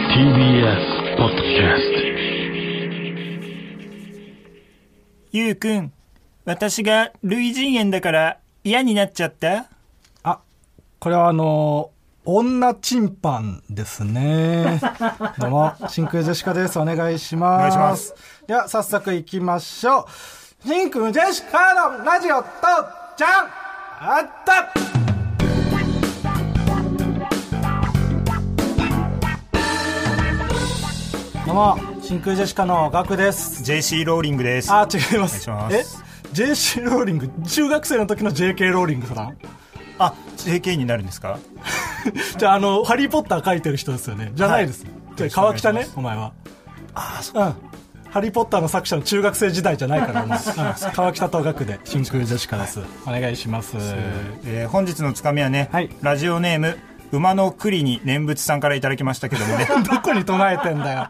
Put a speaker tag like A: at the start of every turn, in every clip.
A: TBS ポッドキャス
B: ゆうくん、私が類人猿だから嫌になっちゃった
C: あ、これはあのー女チンパンで すね。どうも、真空ジェシカです。お願いします。お
B: 願いします。
C: では、早速行きましょう。真空ジェシカのラジオと、じゃんあったどうも、真空ジェシカのガクです。
B: ?JC ローリングです。
C: あ、違います。
B: お願いします
C: え ?JC ローリング、中学生の時の JK ローリングさん
B: あ、JK になるんですか
C: じゃあ、あの、ハリー・ポッター書いてる人ですよね。じゃないです。じゃあ、川北ね、お前は。ああ、そう。ん。ハリー・ポッターの作者の中学生時代じゃない から、お前。うん川北と学で、真空ジェシカです。お願いします。
B: えー本日のつかみはね、
C: はい
B: ラジオネーム、馬の栗に念仏さんからいただきましたけどもね。
C: どこに唱えてんだよ。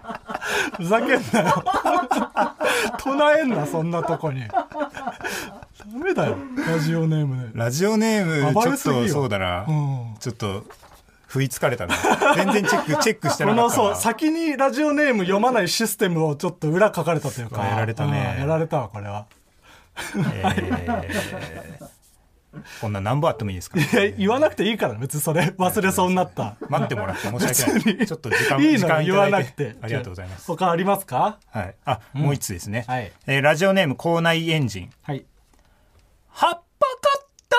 C: ふざけんなよ。 唱えんな、そんなとこに。ダメだよ、ラジオネームで。
B: ラジオネーム、
C: 暴
B: ちょ
C: れ
B: っ
C: すぎよ
B: とそうだな。
C: うん
B: ちょっと、不意つかれたな。全然チェッ ク、チェックして
C: こ
B: なか
C: の
B: ったな。
C: そう先にラジオネーム読まないシステムをちょっと裏書かれたというか
B: あやられたね
C: うんやられたわこれは
B: えーこんな何本あってもいいですか
C: いや 言わなくていいから別にそれ忘れそうになった
B: 待ってもらって申し訳ない。ちょっと時間、
C: いい
B: 時間
C: の
B: い
C: 言
B: ただ
C: わ
B: い
C: なくて
B: ありがとうございます。
C: 他ありますか
B: はい。あ、もう一つですね。
C: はい
B: えーラジオネーム、校内エンジン。
C: はい
B: 葉っぱかった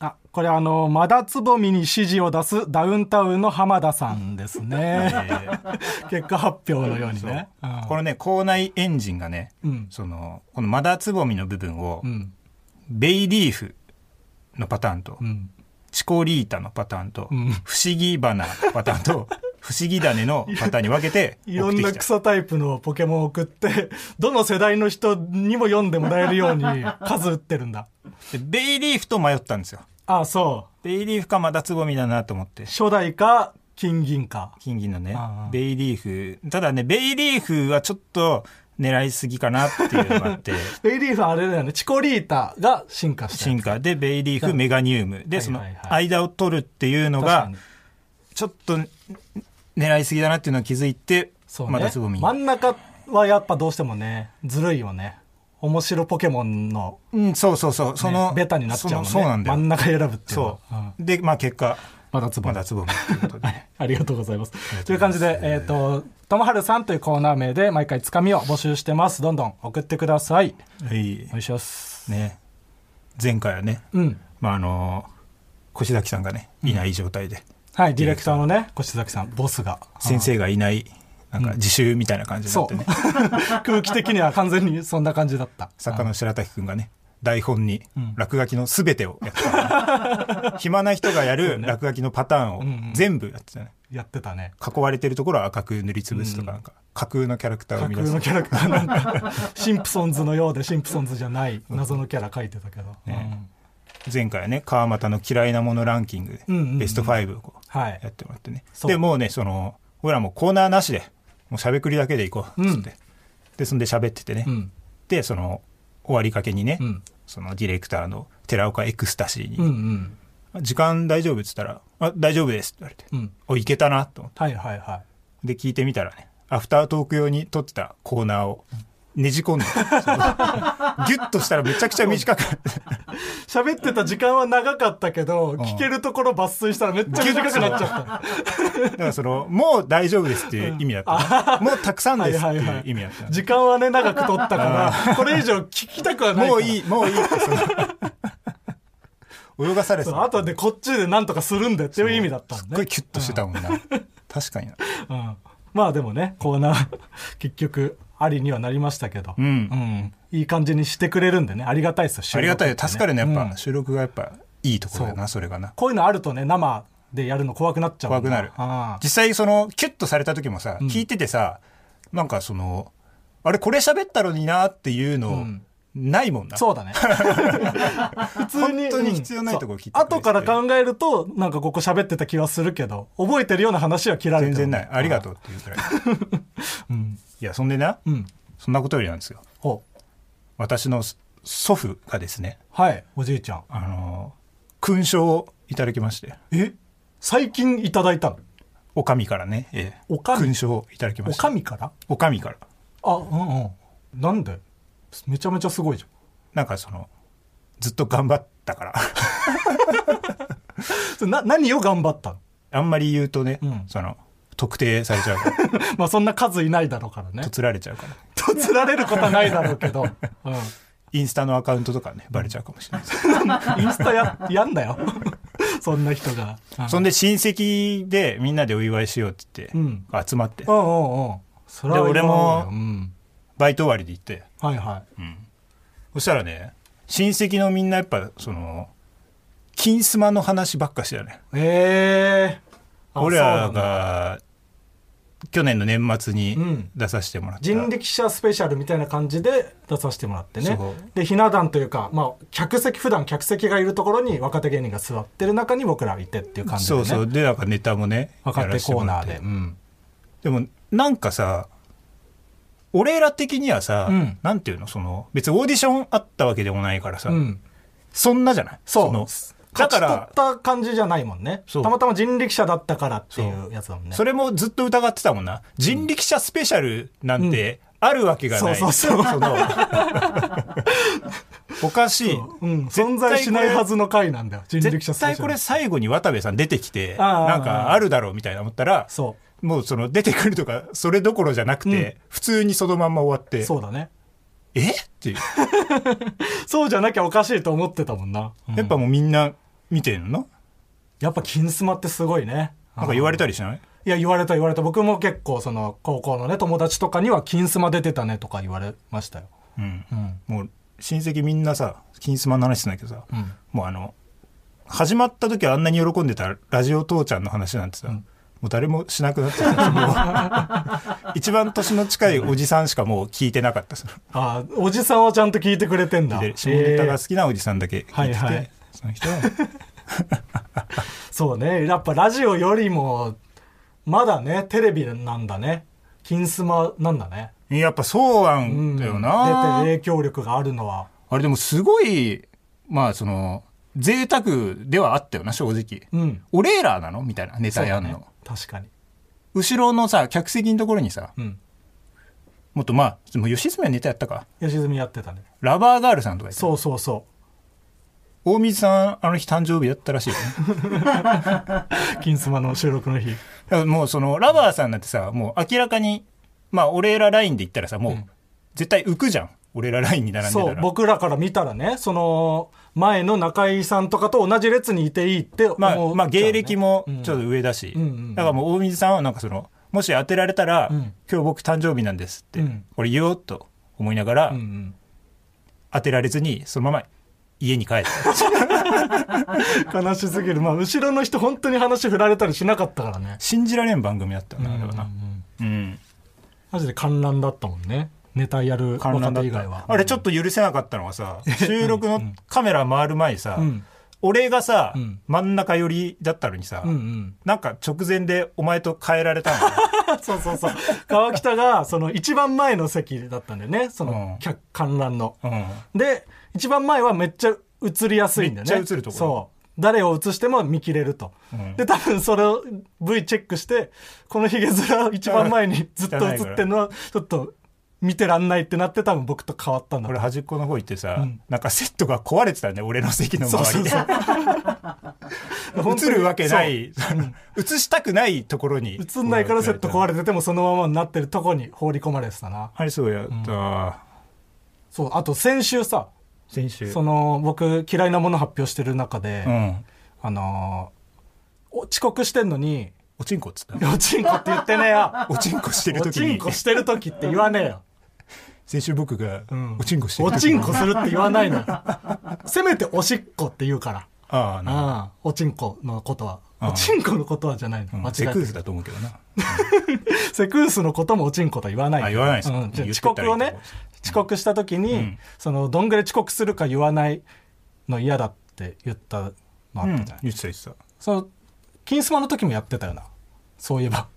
C: あこれあのまだつぼみに指示を出すダウンタウンの浜田さんですね 結果発表のようにねうん
B: このね、校内エンジンがね、
C: うん
B: その、このマダつぼみの部分を、
C: うん
B: ベイリーフのパターンと、
C: うん
B: チコリータのパターンと、
C: ん
B: 不思議花のパターン と、不思議種のパターンに分けて
C: いろ
B: 送っ
C: ん
B: て
C: な
B: きた。
C: 草タイプのポケモンを送ってどの世代の人にも読んでもらえるように数打ってるんだ
B: でベイリーフと迷ったんですよ。
C: ああそう
B: ベイリーフかマダつぼみだなと思って。
C: 初代か金銀か
B: 金銀のね
C: ああ、
B: ベイリーフ。ただね、ベイリーフはちょっと狙いすぎかなっていうのがあ って、
C: ベイリーフはあれだよねチコリータが進化した
B: 進化でベイリーフ、メガニウム。で、
C: はい
B: そ
C: はい
B: の
C: はい
B: 間を取るっていうの
C: 確か
B: が
C: に、
B: ちょっと狙いすぎだなっていうのを気づいて、
C: そうね
B: またつぼみに。
C: 真ん中はやっぱどうしてもねずるいよね面白ポケモンの、
B: うん、そうそうそう。
C: ね
B: その、
C: ベタになっちゃうもんね
B: そのそうなんだ
C: 真ん
B: よ。
C: 中選ぶっていうのは
B: そ
C: うん
B: う。で、まあ結果、
C: まだつぼ
B: ま
C: み
B: だつぼみっていうことで。
C: ありがとうございます。
B: り
C: とい
B: がとう
C: う感
B: ご
C: じ
B: ざい
C: で
B: ま、す
C: えっ、と、ともはるさんというコーナー名で毎回つかみを募集してます。どんどん送ってください。
B: はい
C: お願いします。
B: ね。前回はね、
C: うん。
B: まああの、越崎さんがね、いない状態で、
C: はい、ディレクターのね、越崎さん、ボ スが。
B: 先生がいない、なんか自習みたいな感じにな
C: そ
B: って
C: う
B: ね。。
C: 空気的には完全にそんな感じだった。
B: 作家の白滝くんがね、台本に落書きのすべてをやってた、 暇な人がやる落書きのパターンを全部やってたね。
C: やってたね。
B: 囲われてるところは赤く塗りつぶすとか、なんか、架空のキャラクターを生
C: 架
B: み出
C: 空
B: す
C: の。キャラクターなんか、シンプソンズのようでシンプソンズじゃない謎のキャラ書いてたけど。
B: ね前回はね、川俣の嫌いなものランキングで、
C: うんうんうん
B: ベスト5をこう、
C: はい
B: やってもらってね。
C: そう
B: で、もうね、その、俺らもうコーナーなしで、もうしゃべくりだけでいこう、つって。で、そんで喋っててね。
C: うん。うん。
B: で、その、終わりかけにね、
C: うん
B: そのディレクターの寺岡エクスタシーに、
C: うんうん。
B: 時間大丈夫っつったら、あ、大丈夫ですって言われて、
C: うん
B: お、いけたなと思っ
C: はいはいはい。
B: て。で、聞いてみたらね、アフタートーク用に撮ってたコーナーをねじ込んで、 ギュッとしたらめちゃくちゃ短く、
C: 喋ってた時間は長かったけど、聞けるところ抜粋したらめっちゃ短くなっちゃっ
B: だからその、もう大丈夫ですっていう意味だった。もうたくさん
C: た。
B: ですっていう意味だった
C: た。。時間はね、長く取ったから、これ以上聞きたくはないから。
B: もういい、もういいってその、泳がされて
C: そう。
B: た。
C: あとでこっちでなんとかするんでっていう意味だった
B: す
C: ん
B: っ
C: で
B: ごいキュッとしてたもんな。確かにな。
C: うん、まあでもねコーナー 結局ありにはなりましたけど、
B: ん
C: うんいい感じにしてくれるんでねありがたいですよ収
B: あり
C: 録
B: が
C: って
B: たい。
C: ね
B: 助かるね。やっ
C: うん
B: ぱ、収録がやっぱ、いいところだな、それがな。
C: こういうのあるとね生でやるの怖くなっちゃう
B: 怖くなる
C: あ
B: 実際そのキュッとされた時もさ、聞いててさなんかそのあれこれ喋ったのになっていうの、
C: うん
B: ないもんな
C: そうだね普通に
B: 本当に必要ないとこ切ってくれて
C: うんそう後から考えるとなんかここ喋ってた気はするけど覚えてるような話は切られて
B: 全然
C: る
B: ないありがと
C: う
B: うっていうく らい、いやそんでな、
C: うん
B: そんなことよりなんですよ
C: お
B: 私の祖祖父がですね
C: はいおじいちゃん
B: あの勲章をいただきまして
C: え最近いただいたの
B: おかみからね、ええ、
C: お上
B: 勲章をいただきま
C: お
B: した
C: かみから
B: おかみから
C: あうんうんなんでめちゃめちゃすごいじゃ
B: なんかそのずっと頑張ったから
C: んそれな何を頑張ったの
B: あんまり言うとね、
C: うん
B: その特定されちゃうから
C: まあそんな数いないだろうからね
B: とつられちゃうから
C: とつられることはないだろうけ ど、うん、
B: インスタのアカウントとかねバレちゃうかもしれないです
C: インスタややんだよ そんな人が、うん、
B: そんで親戚でみんなでお祝いしようって
C: う
B: 言
C: ん
B: って集まって
C: うんうんうんそれは
B: で俺も
C: 今思うようん、
B: バイト終わりで行って
C: はいはい
B: そしたらね親戚のみんなやっぱその金スマの話ばっかしてたね
C: ええー、あ
B: 俺
C: そ
B: ら
C: うなんだ
B: が去年の年末
C: う
B: に
C: ん
B: 出させてもらった、
C: 人力車スペシャルみたいな感じで出させてもらってね
B: そう
C: でひな壇というか、まあ、客席普段客席がいるところに若手芸人が座ってる中に僕らいてっていう感じで、
B: そ
C: ね、
B: うそうでなんかネタもね
C: 若
B: やら
C: 手
B: せて
C: コー
B: もら
C: ナ
B: っ
C: ー
B: て
C: で、うん、
B: でもなんかさ俺ら的にはさ、
C: うん
B: なんていうのその別にオーディションあったわけでもないからさ、
C: うん、
B: そんなじゃない
C: そう
B: のだ
C: 勝ち
B: か
C: 取
B: ら
C: った感じじゃないもんねた
B: そう
C: またま人力車だったからっていうやつだもんね
B: それもずっと疑ってたもんな人力車スペシャルなんてあるわけがない、
C: そうそうそう
B: の おかしい、
C: うん、
B: 絶対
C: 存在しないはずの回なんだよ人力車
B: 絶
C: スペシャル
B: 対これ最後に渡部さん出てきて
C: ああ
B: なんかあるだろうみたいな思ったら
C: そ
B: もうその出てくるとかそれどころじゃなくて、
C: う
B: 普通にそのまんま終わっ
C: う
B: て
C: そうだね
B: えっていう
C: そうじゃなきゃおかしいと思ってたもんな、うん
B: やっぱもうみんな見てんの
C: やっぱ金スマってすごいね
B: なんか言われたりしない
C: いや、言われた言われた。僕も結構、その、高校のね、友達とかには、金スマ出てたねとか言われましたよ。
B: うん
C: うん。
B: もう親戚みんなさ金スマの話してんだけどさ、
C: うん
B: もうあの始まった時はあんなに喜んでたラジオ父ちゃんの話なんてさ、もう誰もしなくなっちゃったもう一番年の近いおじさんしかもう聞いてなかったその
C: ああ、おじさんはちゃんと聞いてくれてんだ。
B: で下ネタが
C: え
B: 好きなおじさんだけ聞いてて、
C: はいはい
B: その人は
C: えそうね。やっぱラジオよりも、まだね、テレビなんだね。金スマなんだね。
B: やっぱそうな
C: うんん。
B: だよな、
C: 出て影響力があるのは。
B: あれでもすごいまあその贅沢ではあったよな正直、
C: うん。
B: 俺らなのみたいなネタやんの、
C: そうだね確かに。
B: 後ろのさ客席のところにさ
C: うん。
B: もっとまあでも吉住はネタやったか
C: 吉住やってたね。
B: ラバーガールさんとか言って
C: そうそうそ
B: 大水さんあの日誕生日だったら しいよね
C: う。金スマの収録の日。
B: だからもうそのラバーさんなんてさもう明らかにまあ俺らラインで言ったらさもう絶対浮くじゃん、俺らラインに並んでた
C: そ
B: ら
C: う僕らから見たらねその前の中井さんとかと同じ列にいていいって思う、
B: まあ、まあ芸歴もちょっ
C: と、
B: と上だし、
C: うんうん
B: だからもう大水さんはなんかそのもし当てられたら、
C: うん
B: 今日僕誕生日なんですって、
C: うん
B: これ言おうと思いながら、
C: うんうん
B: 当てられずにそのまま家に帰 って
C: 悲しすぎるまあ後ろの人本当に話振られたりしなかったからね
B: 信じられん番組だったよな、あれは
C: う
B: なん
C: うんうん
B: うん
C: マジで観覧だったもんねネタやる
B: 観
C: 若
B: 覧だっ
C: 手以
B: た
C: 外は
B: あれちょっと許せなかったのはさ収録のカメラ回る前にさ、
C: うん
B: 俺がさ、
C: うん
B: 真ん中寄りだったのにさ、
C: うんうん
B: なんか直前でお前と変えられたの
C: そうそうそう川北がその一番前の席だったんだよねそ
B: う
C: の
B: ん
C: 客観覧の、
B: うん
C: で一番前はめっちゃ映りやすいんだよね
B: めっちゃ映るところ
C: そう誰を映しても見切れると、
B: ん
C: で多分それを V チェックしてこのヒゲ面一番前にずっと映ってるのはちょっと見てらんないってなって多分僕と変わったんだ
B: 俺端っこの方行ってさ、
C: うん
B: なんかセットが壊れてたね俺の席の
C: そうそ
B: 周り
C: う
B: で
C: そう 本当
B: 映
C: に
B: るわけない、映したくないところに
C: そう映んないからセット壊
B: れ
C: れててもそのままになってるとこに放り込まれてたな
B: あれそうやった、
C: そうあと先週さ
B: 先週
C: その僕嫌いなもの発表してる中で、
B: うん
C: あのーお遅刻してんのに
B: おちんこっつ った
C: おちんこって言ってねえよ。
B: おちんこしてる
C: お
B: 時
C: ちん
B: に
C: こしてる時って言わねえよ。
B: 先週僕が
C: ん
B: おちんこしてる
C: お
B: 時に
C: ちんこするって言わないのよ。 せめておしっこって言うから。
B: ああなるほど
C: ああ、おちんこのことは。
B: あ
C: お
B: あ
C: ちんこのことはじゃないの。
B: うん
C: 間違え
B: セク
C: て
B: ー
C: る
B: ズだと思うけどな
C: セクウスのこともおちんことは言わないの。
B: あ言わないですか
C: うんじゃ
B: 言
C: あ
B: っ
C: 遅
B: てたら
C: 刻を
B: いい
C: ね
B: と思います、
C: 遅刻した時に、
B: ん
C: その、どんぐらい遅刻するか言わないの嫌だって言ったのあ
B: う
C: っ
B: ん
C: たじゃない。
B: 言ってた言ってた
C: その、金スマの時もやってたよな。そういえば。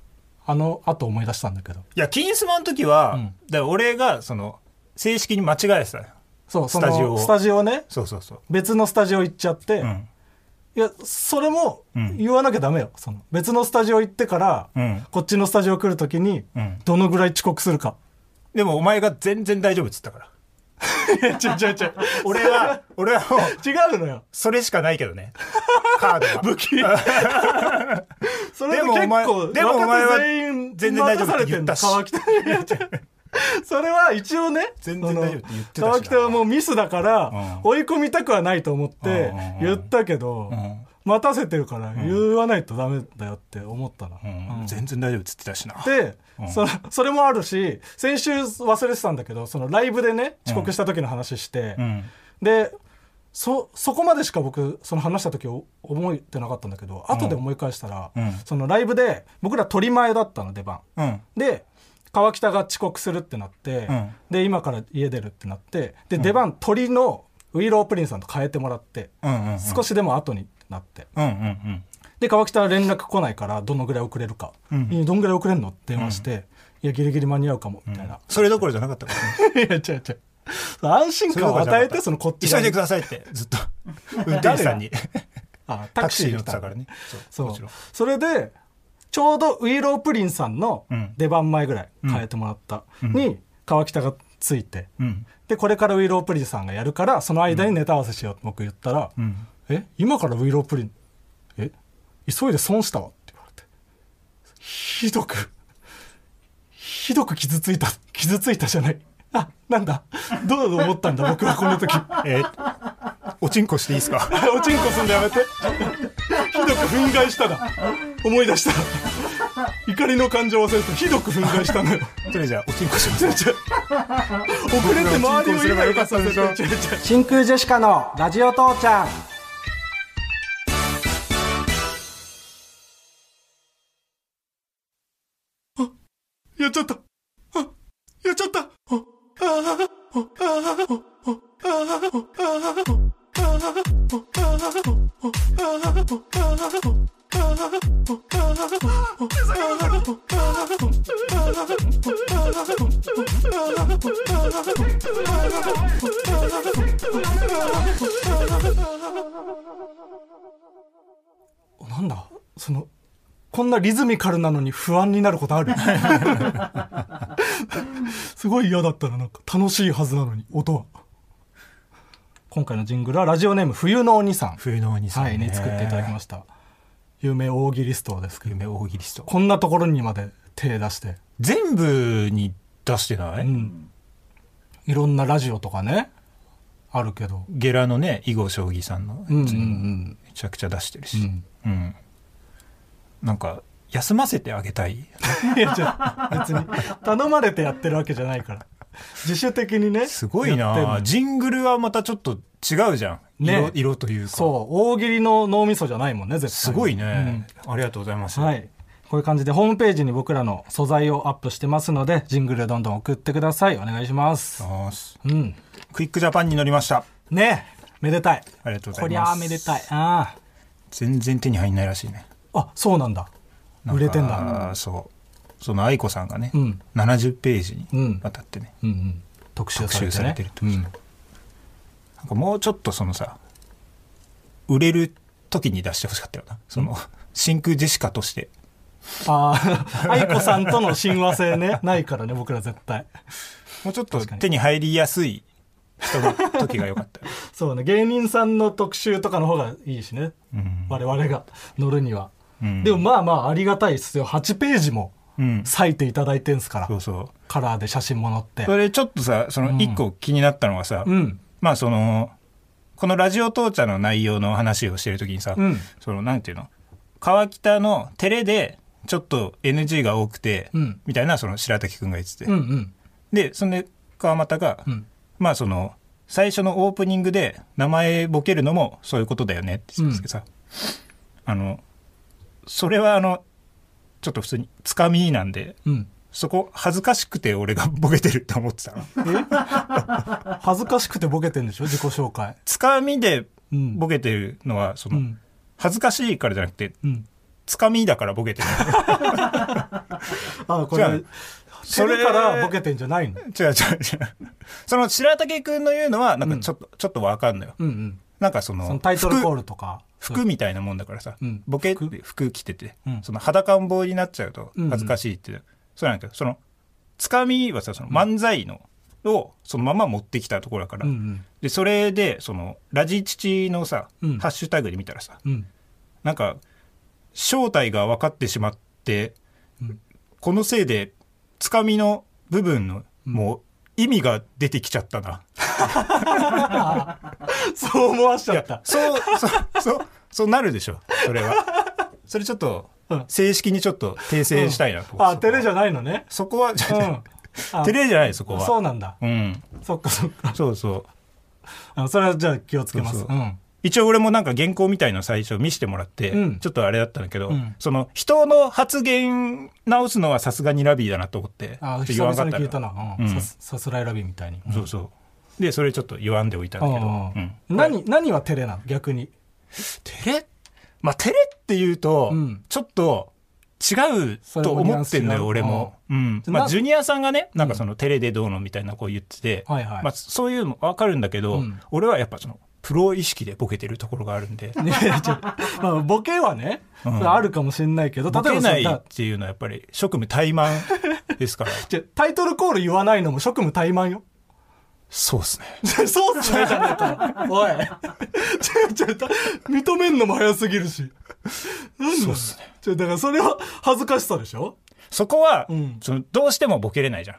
C: あの、後思い出したんだけど。
B: いや、金スマの時は、
C: うん
B: だから俺が、その、正式に間違えてたよ
C: そう、その
B: スタジオを
C: スタジオね。
B: そうそうそう。
C: 別のスタジオ行っちゃって、
B: うん。
C: いや、それも
B: うん
C: 言わなきゃダメよ。その別のスタジオ行ってから、
B: うん
C: こっちのスタジオ来るときに
B: うん、
C: どのぐらい遅刻するか。
B: でもお前が全然大丈夫っつったから。
C: いや、違う違う違う。
B: 俺は、俺はもう、
C: 違うのよ。
B: それしかないけどね。カードは。
C: 武器。それ
B: で
C: で
B: も
C: も
B: お
C: 結
B: 前
C: 構、
B: でもお前は
C: 若手全員
B: 全然大丈夫って言ったし
C: 任されてんの川北。いや違うそれは一応ね、
B: 全然大丈夫って言ってたし
C: その川北はもうミスだから、
B: う
C: 追い込みたくはないと思っ
B: うん
C: て
B: うんうん
C: 言ったけど、
B: ん
C: 待たせてるから言わないとダメだよって思ったな。
B: うん全然大丈夫っつってたしな。
C: で、そのそれもあるし先週忘れてたんだけどそのライブでね遅刻した時の話して、
B: うん。
C: でそそこまでしか僕その話した時お思ってなかったんだけど後で思い返したら、
B: うん
C: そのライブで僕ら取り前だったの出番
B: うん。
C: で川北が遅刻するってなって、
B: うん
C: で今から家出るってなってで出番鳥のウィロープリンさんと変えてもらって、
B: うんうんうん
C: 少しでも後になって
B: うんうん
C: で川北は連絡来ないからどのぐらい遅れるか、いやどんぐらい遅れるのって電話して、いやギリギリ間に合うかもみたい な、
B: それどころじゃなかったからね。
C: いや違う違う安心
B: それど
C: 感
B: こ
C: を
B: ろじゃな
C: 与
B: か
C: えてそのこっち
B: 急
C: 側
B: いで
C: に
B: くださいって、ずっと。運転手さんに。
C: あ
B: タ
C: タク
B: ク
C: シ
B: シー
C: ー
B: 乗っ
C: 乗ってて
B: た
C: た
B: か
C: からら
B: ね
C: ね。
B: そ
C: そうう
B: もちろん
C: それでちょうどウィロープリンさんの
B: うん
C: 出番前ぐらい変えてもらった、に川北がついて、
B: うん。
C: でこれからウィロープリンさんがやるからその間にネタ合わせしようって僕言ったら「
B: ん
C: え今からウィロープリンえ急いで損したわ」って言われてひどくひどく傷ついた傷ついたじゃないあなんだどう思ったんだ僕はこの時
B: えーおちんこしていいです か
C: おちんこすんでやめてひどく憤慨しただ思い出した怒りの感情を忘れてひどく 憤慨したのよ
B: それじゃあ、おちんこします。
C: ちょちょ遅れて周りをイライラさせてちょちょちょ
D: 真空ジェシカのラジオ父ちゃん
C: やっちゃった。あやっちゃった。あああああなんだそのこんなリズミカルなのに不安になることある すごい嫌だったらなんか楽しいはずなのに音は今回のジングルはラジオネーム冬のお兄さん
B: 冬の鬼さん。
C: はいに作っていただきました有名大喜利ストですけど
B: 夢大喜利スト。
C: こんなところにまで手出して、
B: 全部に出してな
C: う
B: い
C: ん、いろんなラジオとかねあるけど
B: ゲラのね、囲碁将棋さんの。
C: うんうんう
B: め
C: ん
B: ちゃくちゃ出してる
C: う
B: し。
C: ん
B: うん。なんか、休ませてあげたい。
C: いや、じゃあ別に、頼まれてやってるわけじゃないから。自主的にね。
B: すごい
C: やってんの
B: な
C: に
B: ジングルはまたちょっと違うじゃん。
C: ね
B: 色色というか。
C: そう、大喜利の脳みそじゃないもんね、絶対。
B: すごいね、ありがとうございます。
C: うん。はい。こういう感じで、ホームページに僕らの素材をアップしてますので、ジングルどんどん送ってください。お願いします。
B: よーし
C: うん。
B: クイックジャパンに乗りました。
C: ねえ、めでたい。
B: ありがとうござ
C: こ
B: い
C: り
B: ます。
C: ゃあめでたい。あ
B: 全然手に入んないらしいね。
C: あ。あ、そうなんだ。売れてんだ。
B: あーそう。その愛子さんがね、
C: うん
B: 70ページ
C: う
B: に
C: ん
B: わたってね、
C: うんうん。特集さ
B: 集
C: れて
B: さ
C: ね。
B: れてるってことですねなんかもうちょっとそのさ、売れる時に出してほしかったよな。その、真空ジェシカとして。
C: ああ、 愛子さんとの親和性ね、ないからね、僕ら絶対。
B: もうちょっと手に入りやすい人 の時が良かったよ。
C: そうね芸人さんの特集とかの方がいいしね、
B: うん
C: 我々が乗るには、
B: うん
C: でもまあまあありがたいですよ8ページも
B: うん。
C: 割いていただいてんすから、
B: そうそう。
C: カラーで写真も載って
B: それちょっとさ、その一個気になったのがさ、
C: うん
B: まあその、このラジオ当茶の内容の話をしてるときにさ、
C: うん
B: その、なんていうの、川北の照れで、ちょっと NG が多くて、
C: うん
B: みたいな、その白滝くんが言ってて。
C: うんうん
B: で、そんで、川又が、
C: うん
B: まあその、最初のオープニングで名前ボケるのもそういうことだよねって言ってたんですけどさ、あの、それはあの、ちょっと普通に、つかみなんで、
C: うん
B: そこ恥ずかしくて俺がボケてるって思ってたの。
C: 恥ずかしくてボケてんでしょ自己紹介
B: つかみで
C: うん
B: ボケてるのは、そうの、
C: ん
B: 恥ずかしいからじゃなくて、
C: うん
B: つかみだからボケて る。
C: あこ
B: 違
C: れ
B: う
C: それからボケてんじゃないの
B: 違う違う違う。その白竹くんの言うのは、なんかちょっと、ちょっとわかんのよ。
C: うんうん
B: なんかその、
C: そのタイトルコー
B: ル。
C: ルとか
B: 服みたいなもんだからさ、
C: うん
B: ボケって服着てて、
C: うん
B: その裸ん坊になっちゃうと
C: うんうん
B: 恥ずかしいって、そうなんだけど、その、つかみはさ、その漫才の、をそのまま持ってきたところだから、
C: うんうん
B: で、それで、その、ラジ父のさ、
C: うん
B: ハッシュタグで見たらさ、
C: うん
B: なんか、正体が分かってしまって、
C: うん
B: このせいで、つかみの部分の、もう、意味が出てきちゃったな。
C: そう思わしち
B: い
C: ゃ
B: や
C: った。
B: そう、そう、そう、そうなるでしょ、それは。それちょっと
C: うん、
B: 正式にちょっと訂正したいなと、
C: あ、照れじ
B: ゃ
C: ゃないのね。
B: そこは、。
C: うん あ
B: 照れじゃない、そこは。
C: そうなんだ。
B: うん。
C: そっかそっか。
B: そうそう。
C: あそれはじゃあ気をつけます。
B: そううそ
C: ん。
B: 一応俺もなんか原稿みたいの最初見せてもらって、
C: うん
B: ちょっとあれだったんだけど、
C: うん
B: その人の発言直すのはさすがにラビーだなと思って、
C: あ、
B: ち
C: 久
B: ょっ
C: 々
B: と
C: に聞いた
B: ら
C: な。
B: う
C: うんん。さすさすらいラビみたいに。うん
B: そうそう。で、それちょっと言わんでおいたんだけど、うん
C: うん何、何は照れなの逆に。
B: 照れまあ、照れっていうと、
C: うん
B: ちょっと違うと思ってんだよ、
C: それもニュア
B: 俺も。うん。
C: ンス違ううん
B: まあ、
C: な
B: ジュニアさんがね、なんかその、照れでどうのみたいなこう言ってて、
C: はいはい
B: まあ、そういうのわかるんだけど、
C: うん
B: 俺はやっぱその、プロ意識でボケてるところがあるんで、
C: ね ちょまあボケはね、
B: ん
C: それあるかもしれないけ ど、
B: ボ
C: 例え
B: ケ
C: ば
B: な
C: さ
B: い
C: だ
B: っていうのはやっぱり職務怠慢です から。
C: じゃタイトルコール言わないのも職務怠慢よ。
B: そうですね。
C: じゃそうっすねじゃねえかよ。 おい。ちょ、ちょ、た認めんのも早すぎるし。なんそうっすね。ちょ、だからそれは恥ずかしさでしょ
B: そこは、
C: うん
B: そのどうしてもボケれないじゃん。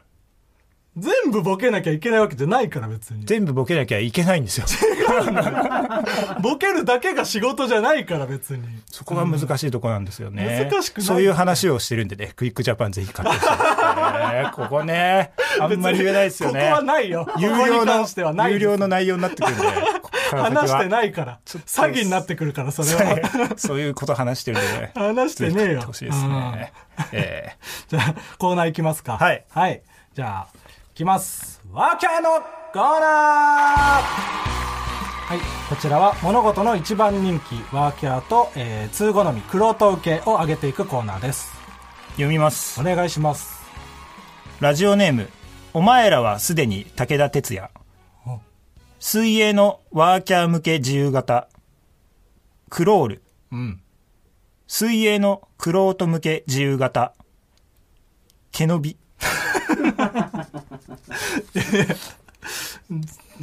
C: 全部ボケなきゃいけないわけじゃないから別に。
B: 全部ボケなきゃいけないんですよ。
C: ボケるだけが仕事じゃないから別に。
B: そこが難しいとこなんですよね。
C: 難しくない
B: そういう話をしてるんでね、クイックジャパンぜひ買ってほしいです ね。ここね、あんまり言えないですよね。
C: ここはないよ。
B: 有
C: ここ
B: 料の
C: に関してはないで
B: 有
C: す
B: 料の内容になってくるんで、ここから先は
C: 話してないから。詐欺になってくるから、それは。
B: そういうこと話してるんで、ね、
C: 話してねえよ
B: ぜひ買ってほしいですね。え
C: じゃあ、コーナーいきますか。
B: はい
C: はい。じゃあ、いきます。ワーキャーのコーナーはい。こちらは、物事の一番人気、ワーキャーと、えー、通好み、クロート受けを上げていくコーナーです。
B: ー読みます
C: お。願いします。
B: ラジオネーム、お前らはすでに武田鉄矢
C: お。
B: 水泳のワーキャー向け自由形。クロール。
C: うん。
B: 水泳のクロート向け自由形。毛伸び。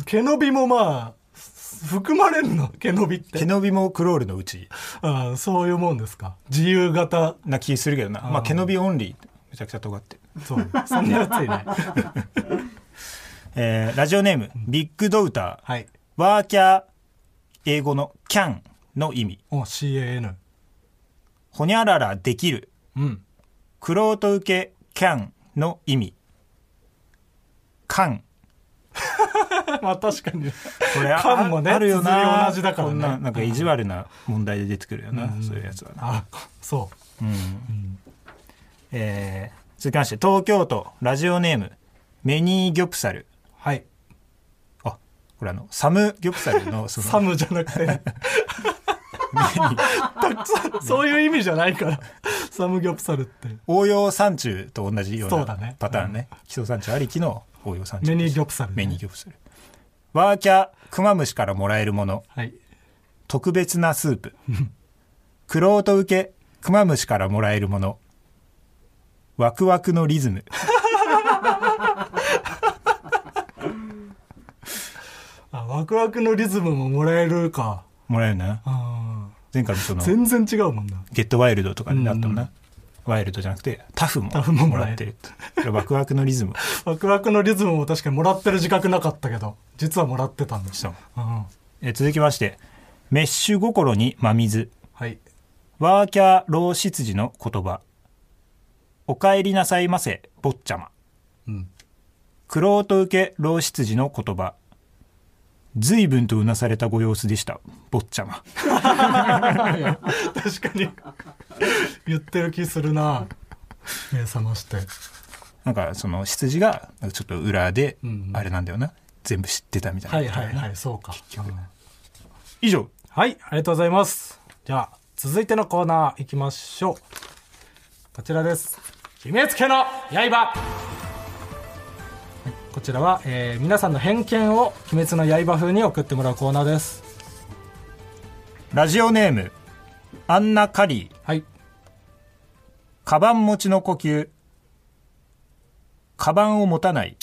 C: 毛伸びもまあ、す含まれるの毛伸びっ
B: 毛
C: て。
B: 伸びもクロールのうち
C: ああそういうもんですか。自由型。
B: な気するけどな。まあ毛伸びオンリー。めちゃくちゃ尖って。
C: そう。 そんなやついない。
B: えー、ラジオネーム、ビッグドウター。
C: はい。
B: ワーキャー、英語のキャンの意味。
C: お、CAN。
B: ほにゃららできる。
C: うん。
B: クロート受けキャンの意味。カン。
C: まあ確かに。
B: これあ
C: カンもね
B: あるよ
C: 綴
B: な
C: り同じだからね
B: こんななんか意地悪な問題で出てくるよな、そういうやつはな、
C: あ、そう。
B: うんえー続きまして東京都ラジオネームメニーギョプサル
C: はい。
B: あこれあのサムギョプサル のその
C: サムじゃなくて。たくさん、そういう意味じゃないから。サムギョプサルって。
B: 応用三中と同じよう
C: そうだ
B: な
C: ね
B: パターンね基礎三中ありきの応用三中
C: メニーギョプサルね、
B: メニーギョプサルワーキャークマムシからもらえるもの
C: はい。
B: 特別なスープ。クロート受け、クマムシからもらえるもの。ワクワクのリズム。
C: あ、ワクワクのリズムももらえるか。
B: もらえるな。
C: あ
B: 前回もその
C: ー、全然違うもんな。
B: ゲットワイルドとかになったもんな。ワイルドじゃなくて、タフも
C: タフも
B: も
C: も
B: ら
C: ら
B: っ
C: え
B: てる
C: る
B: って。ワクワクのリズム。
C: ワクワクのリズムも確かにもらってる自覚なかったけど、実はもらってたんでし
B: そう
C: た。うん。
B: え続きまして、メッシュ心に真水。
C: はい。
B: ワーキャー老執事の言葉。お帰りなさいませ、坊ちゃま。
C: うん。
B: クロート受け老執事の言葉。随分とうなされたご様子でした、坊ちゃま。
C: 確かに。言ってる気するな。目覚まして。
B: なんかその羊がなんかちょっと裏で
C: うんうん
B: あれなんだよな、全部知ってたみたいな、
C: はいはいはい、そうか。うん
B: 以上
C: はい、ありがとうございます。じゃあ、続いてのコーナー行きましょう。こちらです。秘密家の刃はいこちらは、えー皆さんの偏見を「鬼滅の刃」風に送ってもらうコーナーです
B: ラジオネーム、アンナ・カリー、
C: はい。
B: カバン持ちの呼吸、カバンを持たない。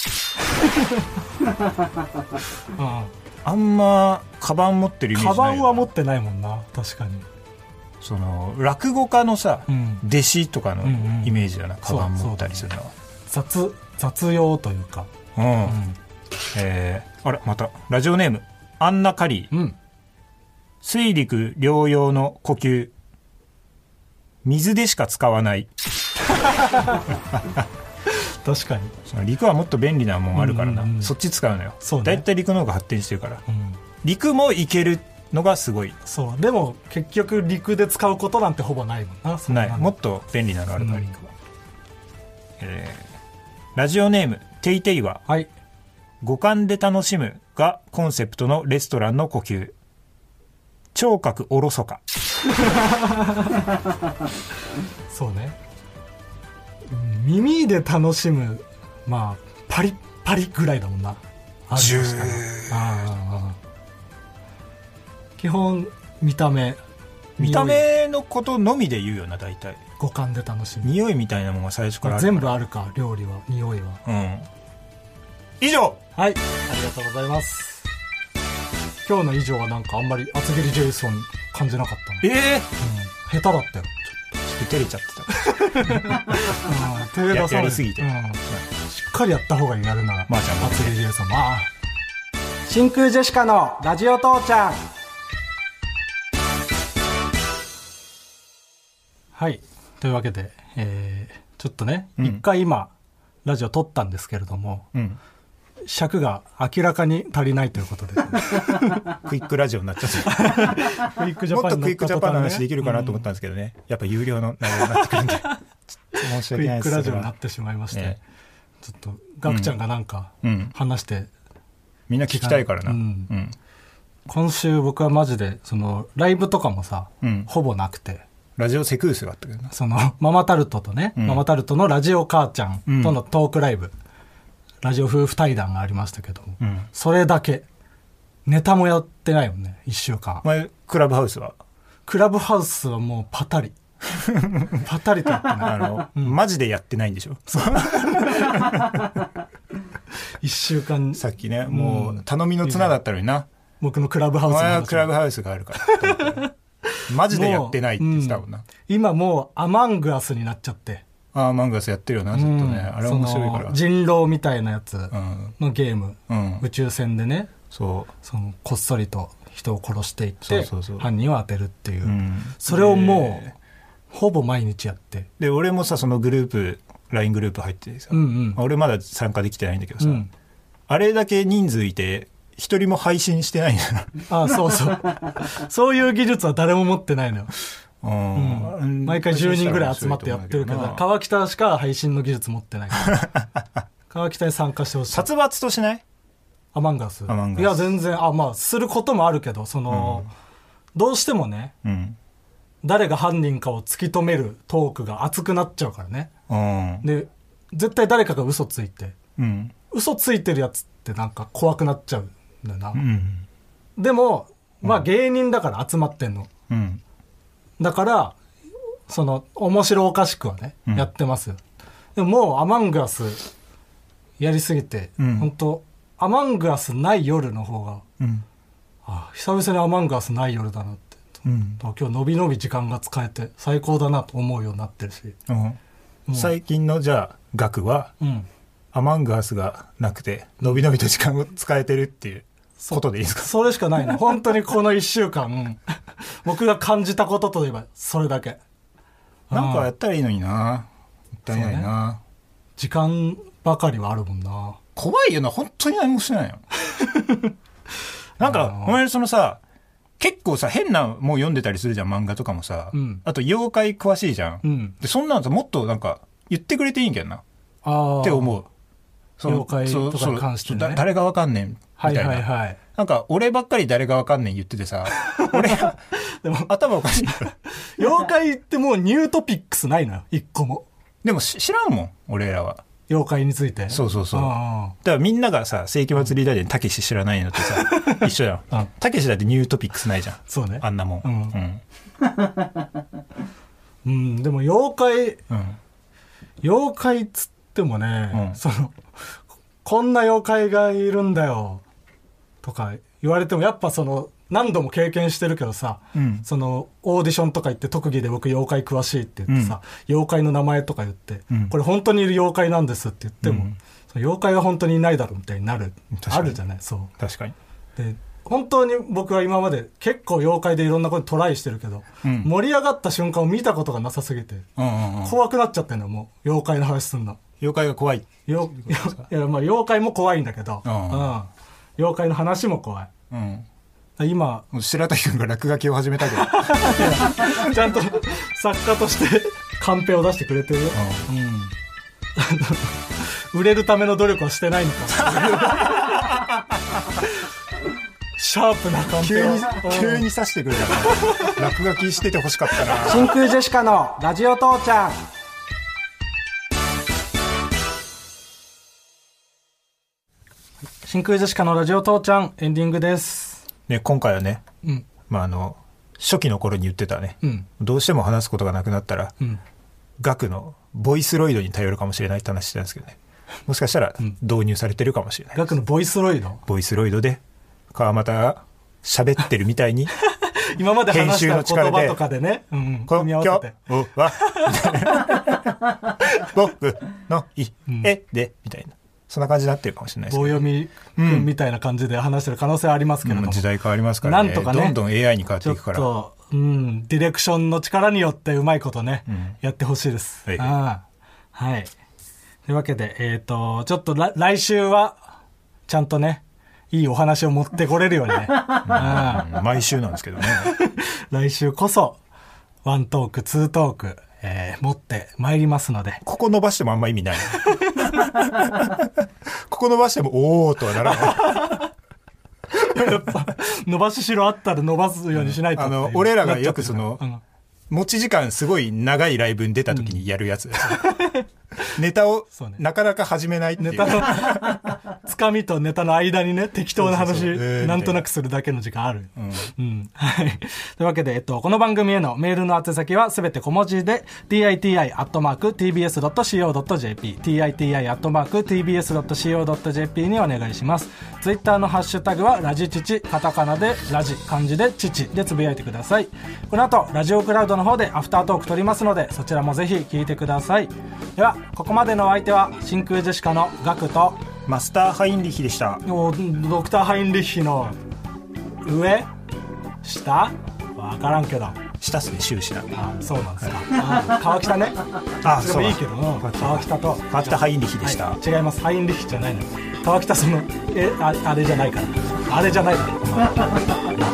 B: あんま、カバン持ってるイメー
C: カ
B: ジな
C: バ
B: い
C: ン
B: よ
C: は持ってないもんな。確かに。
B: その、落語家のさ、
C: うん
B: 弟子とかの
C: んうん
B: イメージだな、カバン
C: そう
B: 持ったりするのは。
C: 雑、雑用というか。
B: うん。
C: ん
B: えー、あら、また、ラジオネーム、アンナ・カリー、
C: うん。
B: 水陸両用の呼吸。水でしか使わない。
C: 確かに。
B: その陸はもっと便利なもんあるからな。
C: うんうんうん
B: そっち使うのよ。
C: そうね
B: だいたい陸の方が発展してるから。
C: うん。
B: 陸も行けるのがすごい。
C: そう。でも、結局、陸で使うことなんてほぼないもんな。そん
B: ない。
C: の
B: もっと便利なのあるから、
C: うん
B: 陸は。えーラジオネーム、テイテイは、
C: はい。
B: 五感で楽しむがコンセプトのレストランの呼吸。聴覚おろそか。
C: そうね。うん耳で楽しむ、まあ、パリッパリぐらいだもんな。あ
B: ジュー
C: 確かにあー基本、見た目。
B: 見た
C: 匂い
B: 目のことのみで言うよな、大体。
C: 五感で楽しむ。
B: 匂いみたいなもんが最初からあるから
C: 全部あるか、料理は、匂いは。
B: うん。以上
C: はい。ありがとうございます。今日の以上はなんかあんまり厚切りジェイソン感じなかったな
B: ええ
C: うん下手だったよ。
B: ちょっと照れちゃってた。
C: 手出さない
B: ややりすぎて
C: うんしっかりやった方がいいやるなら。
B: まあじゃあ
C: 厚切りジェイソン。まあ。
D: 真空ジェシカのラジオ父ちゃん
C: はい。というわけで、えーちょっとね、
B: ん
C: 一、回今、ラジオ撮ったんですけれども、
B: うん。
C: 尺が明らかに足りないというこ とで、
B: クイックラジオになっちゃっ
C: クイック
B: た。もっとクイックジャパンの話できるかなと
C: 思
B: 思ったんですけどね。やっぱ有料の内容になってくるんで。ちょっと申し
C: ク
B: 訳
C: イ
B: ないで
C: ック
B: す
C: ラジオにな
B: そ
C: ってしまいまして、
B: ええ
C: ちょっと、ガクちゃんがなんか
B: れはうん。
C: 話して、
B: みんな聞きたいからな。
C: う
B: うんん。
C: 今週僕はマジで、その、ライブとかもさ、
B: うん
C: ほぼなくて、
B: ラジオセクウスがあったけどな。
C: その、ママタルトとね、
B: ん
C: ママタルトのラジオ母ちゃんとのトークライブ、ラジオ夫婦対談がありましたけども、
B: うん。
C: それだけ、ネタもやってないもんね、一週間。
B: 前、クラブハウスは、
C: クラブハウスはもうパ タリ。パタリとやってない。
B: あの、マジでやってないんでしょ
C: 一週間、
B: さっきね、もう、頼みの綱だったのにな。
C: 僕のクラブハウ
B: お
C: スの話
B: 前はクラブハウスがあるからと思って。マジでやってないって言ってたもんな。
C: 今もうアマングアスになっちゃって。
B: ああ、マンガスやってるよな、ずっとね。あれ面白いか
C: そ
B: ら
C: の。人狼みたいなやつ
B: うん。
C: のゲーム、
B: うん
C: 宇。宙船でね、
B: そ
C: そのこっそりと人を殺していって
B: そうそうそう
C: 犯人を当てるっていう、
B: う。うん。
C: それをもう、ほぼ毎日やって
B: で俺もさそのグループ LINE グループ入っててさ、
C: うんうん
B: まあ俺まだ参加できてないんだけど
C: う
B: さ、
C: ん
B: あれだけ人数いて一人も配信してないんだ な
C: ああそうそう そういう技術は誰も持ってないのよ
B: うんうん
C: 毎回10人ぐらい集まってやってるけ
B: 面白いと思うんだ
C: ど
B: な
C: 川北しか配信の技術持ってないから 川北に参加してほしい
B: 殺伐としない
C: アマンガス
B: アマンガス
C: いや全然あまあすることもあるけどその、どうしてもね
B: うん、
C: 誰が犯人かを突き止めるトークが熱くなっちゃうからね
B: うん
C: で絶対誰かが嘘ついて
B: うん
C: 嘘ついてるやつってなんか怖くなっちゃうんだよな、
B: うん
C: でもまあ芸人だから集まってんの
B: うん
C: だからその面白おかしくはね、
B: うん
C: やってますよでももうアマングアスやりすぎて、
B: うん
C: 本当アマングアスない夜の方が
B: うん
C: あ久々にアマングアスない夜だなって
B: うん
C: 今日のびのび時間が使えて最高だなと思うようになってるし
B: うん最近のじゃあ額は
C: うん
B: アマンガースがなくてのびのびと時間を使えてるっていうことでいいですか
C: それしかないね本当にこの1週間 僕が感じたことといえばそれだけ
B: なんかやったらいいのになもったいないな、
C: 時間ばかりはあるもんな
B: 怖いよな、本当に何もしてないよ。なんか、お前そのさ、結構さ、変なもう読んでたりするじゃん、漫画とかもさ。
C: うん
B: あと、妖怪詳しいじゃん。
C: うん
B: で、そんなのさ、もっとなんか、言ってくれていいんけんな。っ
C: ああ
B: て思う。その
C: 妖怪
B: そう
C: とかに関してね
B: そうだ誰がわかんねん、みた
C: はいい
B: な。
C: はいはい
B: なんか、俺ばっかり誰がわかんねん言ってて さ、俺が、
C: でも
B: 頭おかしいから。
C: 妖怪ってもうニュートピックスないのよ一個も
B: でもし知らんもん、俺らは。
C: 妖怪について。
B: そうそうそう。
C: ん
B: だ
C: ん
B: からみんながさ、世紀末リーダーでたけし知らないのと さ、一緒や
C: うん
B: ん。たけしだってニュートピックスないじゃん。
C: そうね
B: あんなもん。
C: う
B: うんん。
C: うん、でも妖怪、
B: うん。
C: 妖怪っつってもね、
B: うん
C: その、こんな妖怪がいるんだよ、とか言われても、やっぱその、何度も経験してるけどさ、
B: うん
C: その、オーディションとか行って特技で僕妖怪詳しいって言ってさ、妖怪の名前とか言って、
B: うん
C: これ本当にいる妖怪なんですって言っても、
B: うん
C: その妖怪が本当にいないだろうみたいになる、
B: 確か
C: あ
B: に
C: るじゃない、そう。
B: 確かに。
C: で本当に僕は今まで結構妖怪でいろんなことトライしてるけど、
B: うん
C: 盛り上がった瞬間を見たことがなさすぎて、
B: うんうんうん。
C: 怖くなっちゃってんのもう妖怪の話すんの
B: 妖怪が怖い。
C: よいやまあ妖怪も怖いんだけど、
B: うん
C: うん妖怪の話も怖い
B: うん。
C: 今
B: もう白滝君が落書きを始めた けど。
C: ちゃんと作家として カンペを出してくれてるよ、売れるための努力はしてないのかって いうシャープなカンペ
B: 急
C: を
B: に、急に刺してくるから。落書きしてて欲しかったな。
D: 真空ジェシカのラジオ父ちゃん
C: 真空ジェシカのラジオ父ちゃんエンディングです
B: ね、今回はね、
C: うん
B: まあ、あの、初期の頃に言ってたね、
C: うん
B: どうしても話すことがなくなったら、
C: うん
B: 額のボイスロイドに頼るかもしれないって話してたんですけ どね。もしかしたら導入されてるかもしれない。
C: 額のボイスロイド
B: ボイスロイドで、川又が喋ってるみたい に、
C: 今まで話し
B: 編集
C: た
B: の力
C: 言
B: で
C: 葉とかでね、うんうん、組み合わせて
B: こは、 僕の家で、みたいな。そんな感じになってるかもしれないです
C: 棒
B: けど
C: 読み君みたいな感じで話してる可能性はありますけれども、
B: うん時代変わりますからね。
C: なんとかね
B: どんどん AI に変わっ
C: ち
B: て
C: ょ
B: い
C: っ
B: くから。
C: と、うん、ディレクションの力によってうまいことね、
B: ん
C: やってほしいです。
B: はい
C: ああはい。というわけで、えっ、と、ちょっとら来週は、ちゃんとね、いいお話を持ってこれるよ うにね。ああ
B: うん毎週なんですけどね。
C: 来週こそ、ワントーク、ツートーク、えー持ってまいりますので、
B: ここ伸ばしてもあんま意味 ない。ここ伸ばしても、おーとはなら ない。
C: やっぱ、伸ばししろあったら伸ばすようにしないとって
B: あ
C: いう。
B: の、俺らがよくその
C: うん、
B: 持ち時間すごい長いライブに出た時にやるやつ。 ネタを
C: そうね
B: なかなか始めないっていう。
C: ネタの、つかみとネタの間にね、適当な話、
B: そうそうそうえー
C: なんとなくするだけの時間ある。うん。はい。 というわけで、えっと、この番組へのメールの宛先はすべて小文字で、titi.tbs.co.jp、titi.tbs.co.jp にお願いします。ツイッターのハッシュタグは、ラジチチ、カタカナで、ラジ、漢字で、チチでつぶやいてください。この後、ラジオクラウドの方でアフタートーク撮りますので、そちらもぜひ聞いてください。では、ここまでのお相手は、真空ジェシカのガクと、
B: マスターハインリヒでした。
C: もうドクター・ハインリッヒの上下わからんけど
B: 下っすね、終始だ。
C: あそうなんですかあ川北ね
B: あ
C: でもいいけども
B: 川北
C: 川北と
B: 川北ハインリヒでした。
C: はい違いますハインリッヒじゃないの川北そのえああれじゃないからあれじゃないから